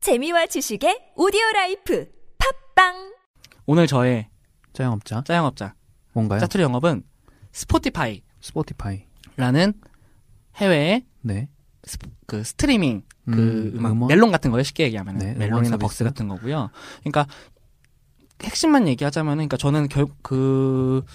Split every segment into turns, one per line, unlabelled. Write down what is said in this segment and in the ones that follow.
재미와 지식의 오디오 라이프 팝빵
오늘 저의
자영업자
짜영업자
뭔가요?
짜투리 영업은 스포티파이라는
스포티파이.
해외의
네.
스포- 그 스트리밍 그
음,
음악,
음원?
멜론 같은 거예요 쉽게 얘기하면
네,
은
음원
멜론이나
서비스.
벅스 같은 거고요. 그러니까 핵심만 얘기하자면 그러니까 저는 결그저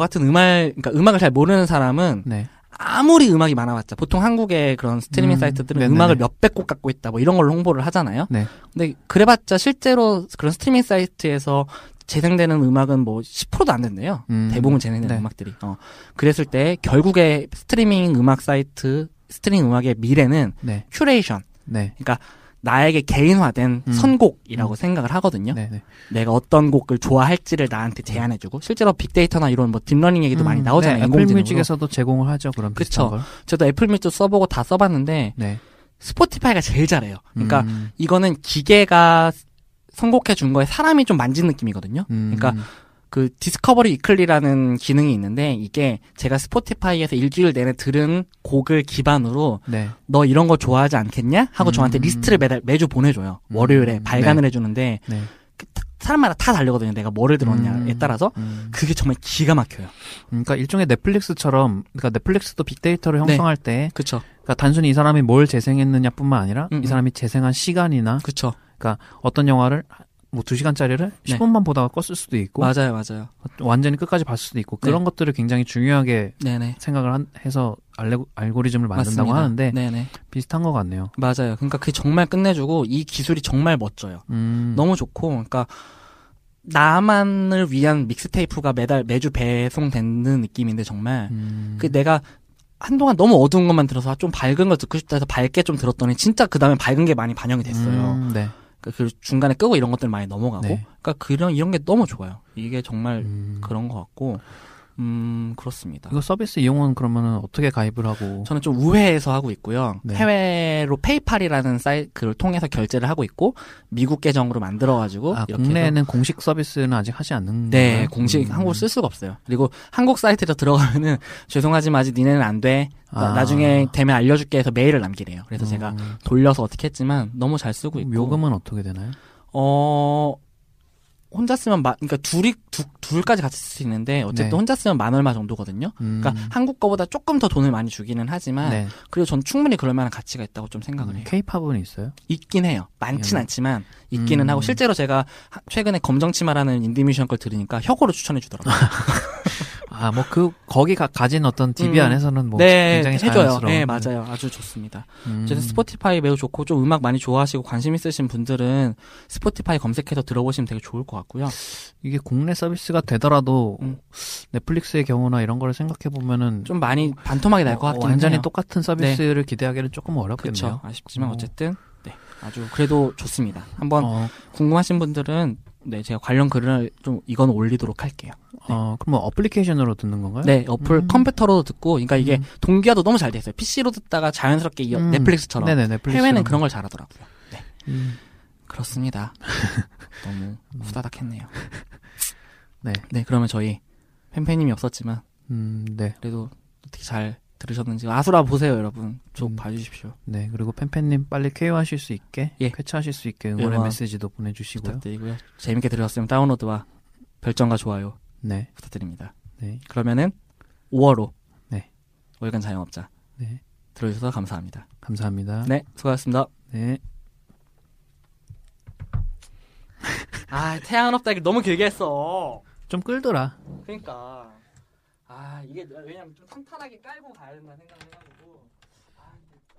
같은 음악 그러니까 음악을 잘 모르는 사람은
네.
아무리 음악이 많아봤자 보통 한국의 그런 스트리밍
음,
사이트들은
네네네.
음악을 몇백 곡 갖고 있다 뭐 이런 걸로 홍보를 하잖아요.
네.
근데 그래봤자 실제로 그런 스트리밍 사이트에서 재생되는 음악은 뭐 10%도 안 된대요.
음.
대부분 재생되는
네.
음악들이. 어. 그랬을 때 결국에 스트리밍 음악 사이트 스트리밍 음악의 미래는
네.
큐레이션
네.
나에게 개인화된
음.
선곡이라고 생각을 하거든요.
네. 네.
내가 어떤 곡을 좋아할지를 나한테 제안해주고 실제로 빅데이터나 이런 뭐 딥러닝 얘기도 많이
음,
나오잖아요.
네.
인공지능으로.
애플뮤직에서도 제공을 하죠. 그런 비슷한
그쵸.
걸.
저도 애플뮤직 써보고 다 써봤는데
네.
스포티파이가 제일 잘해요. 그러니까
음,
이거는 기계가 선곡해 준 거에 사람이 좀 만진 느낌이거든요.
음,
그러니까 그 디스커버리 위클리라는 기능이 있는데 이게 제가 스포티파이에서 일주일 내내 들은 곡을 기반으로
네.
너 이런 거 좋아하지 않겠냐 하고 저한테
음.
리스트를 매달, 매주 보내줘요.
음.
월요일에 발간을
네.
해주는데
네.
사람마다 다 다르거든요. 내가 뭐를 들었냐에
음.
따라서
음.
그게 정말 기가 막혀요.
그러니까 일종의 넷플릭스처럼 그러니까 넷플릭스도 빅데이터를
네.
형성할 때
그쵸,
그러니까 단순히 이 사람이 뭘 재생했느냐뿐만 아니라
음, 음.
이 사람이 재생한 시간이나
그쵸.
어떤 영화를 뭐 2시간짜리를 10분만 보다가 껐을 수도 있고
네. 맞아요, 맞아요.
완전히 끝까지 봤을 수도 있고
네.
그런 것들을 굉장히 중요하게
네네.
생각을 한- 해서 알레고, 알고리즘을 만든다고
맞습니다.
하는데
네네.
비슷한 것 같네요.
맞아요. 그러니까 그게 정말 끝내주고 이 기술이 정말 멋져요.
음.
너무 좋고, 그러니까 나만을 위한 믹스테이프가 매달 매주 배송되는 느낌인데 정말
음.
그 내가 한동안 너무 어두운 것만 들어서 아, 좀 밝은 걸 듣고 싶다 해서 밝게 좀 들었더니 진짜 그 다음에 밝은 게 많이 반영이 됐어요.
음, 네.
그러니까 그 중간에 끄고 이런 것들 많이 넘어가고,
네.
그러니까 그런 이런 게 너무 좋아요. 이게 정말
음.
그런 것 같고, 음 그렇습니다.
이거 서비스 이용은 그러면은 어떻게 가입을 하고?
저는 좀 우회해서 하고 있고요.
네.
해외로 페이팔이라는 사이트를 통해서 결제를 하고 있고 미국 계정으로 만들어 가지고
아,
이렇게 해서
국내에는 공식 서비스는 아직 하지 않는
네,
건가요?
공식
음.
한국어 쓸 수가 없어요. 그리고 한국 사이트에 들어가면은 죄송하지만 아직 니네는 안 돼. 나,
아.
나중에 되면 알려줄게 해서 메일을 남기래요. 그래서
음.
제가 돌려서 어떻게 했지만 너무 잘 쓰고 있고.
요금은 어떻게 되나요?
어 혼자 쓰면 마, 그러니까 둘이 두, 둘까지 같이 쓸 수 있는데 어쨌든
네.
혼자 쓰면 만 얼마 정도거든요.
음.
그러니까 한국 거보다 조금 더 돈을 많이 주기는 하지만
네.
그리고 전 충분히 그럴 만한 가치가 있다고 좀 생각을 해요.
K-팝은 있어요?
있긴 해요. 많진
음.
않지만 있기는
음.
하고 실제로 제가 하- 최근에 검정치마라는 인디뮤지션 걸 들으니까 혁오로 추천해 주더라고요.
아, 뭐 그 거기 가, 가진 어떤 DB
음.
안에서는 뭐 굉장히
해줘요.
자연스러운
네, 맞아요. 아주 좋습니다.
음.
어쨌든 스포티파이 매우 좋고 좀 음악 많이 좋아하시고 관심 있으신 분들은 스포티파이 검색해서 들어보시면 되게 좋을 것 같고요.
이게 국내 서비스가 되더라도
음.
넷플릭스의 경우나 이런 거를 생각해 보면은
좀 많이 반토막이 날 것 같긴 해요.
어,
네.
완전히 똑같은 서비스를 기대하기는 조금
그렇죠.
어렵겠네요.
아쉽지만
어.
어쨌든 네, 아주 그래도 좋습니다. 한번
어,
궁금하신 분들은 네 제가 관련 글을 좀 이건 올리도록 할게요.
어, 그럼 뭐 어플리케이션으로 듣는 건가요?
네, 어플
음.
컴퓨터로도 듣고, 그러니까 이게
음.
동기화도 너무 잘 돼 있어요. PC로 듣다가 자연스럽게 이어-
음.
넷플릭스처럼
네네, 넷플릭스.
해외는 그런 걸 잘하더라고요.
음.
그렇습니다. 너무 후다닥했네요.
네.
음. 네, 그러면 저희 팬팬님이 없었지만
음, 네.
그래도 어떻게 잘 들으셨는지 아수라 보세요, 여러분. 좀
음.
봐주십시오.
네. 그리고 팬팬님 빨리 쾌유하실 수 있게,
예.
쾌차하실 수 있게 응원의
응원
메시지도 보내주시고요.
부탁드리고요. 재밌게 들으셨으면 다운로드와 별점과 좋아요
네.
부탁드립니다.
네.
그러면은 5월호
네.
월간 자영업자
네.
들어주셔서 감사합니다.
감사합니다.
네, 수고하셨습니다.
네.
아, 태양은 없다 얘기 너무 길게 했어.
좀 끌더라.
그러니까 아 이게 왜냐면 좀 탄탄하게 깔고 가야 된다 생각을 해가지고 아, 진짜.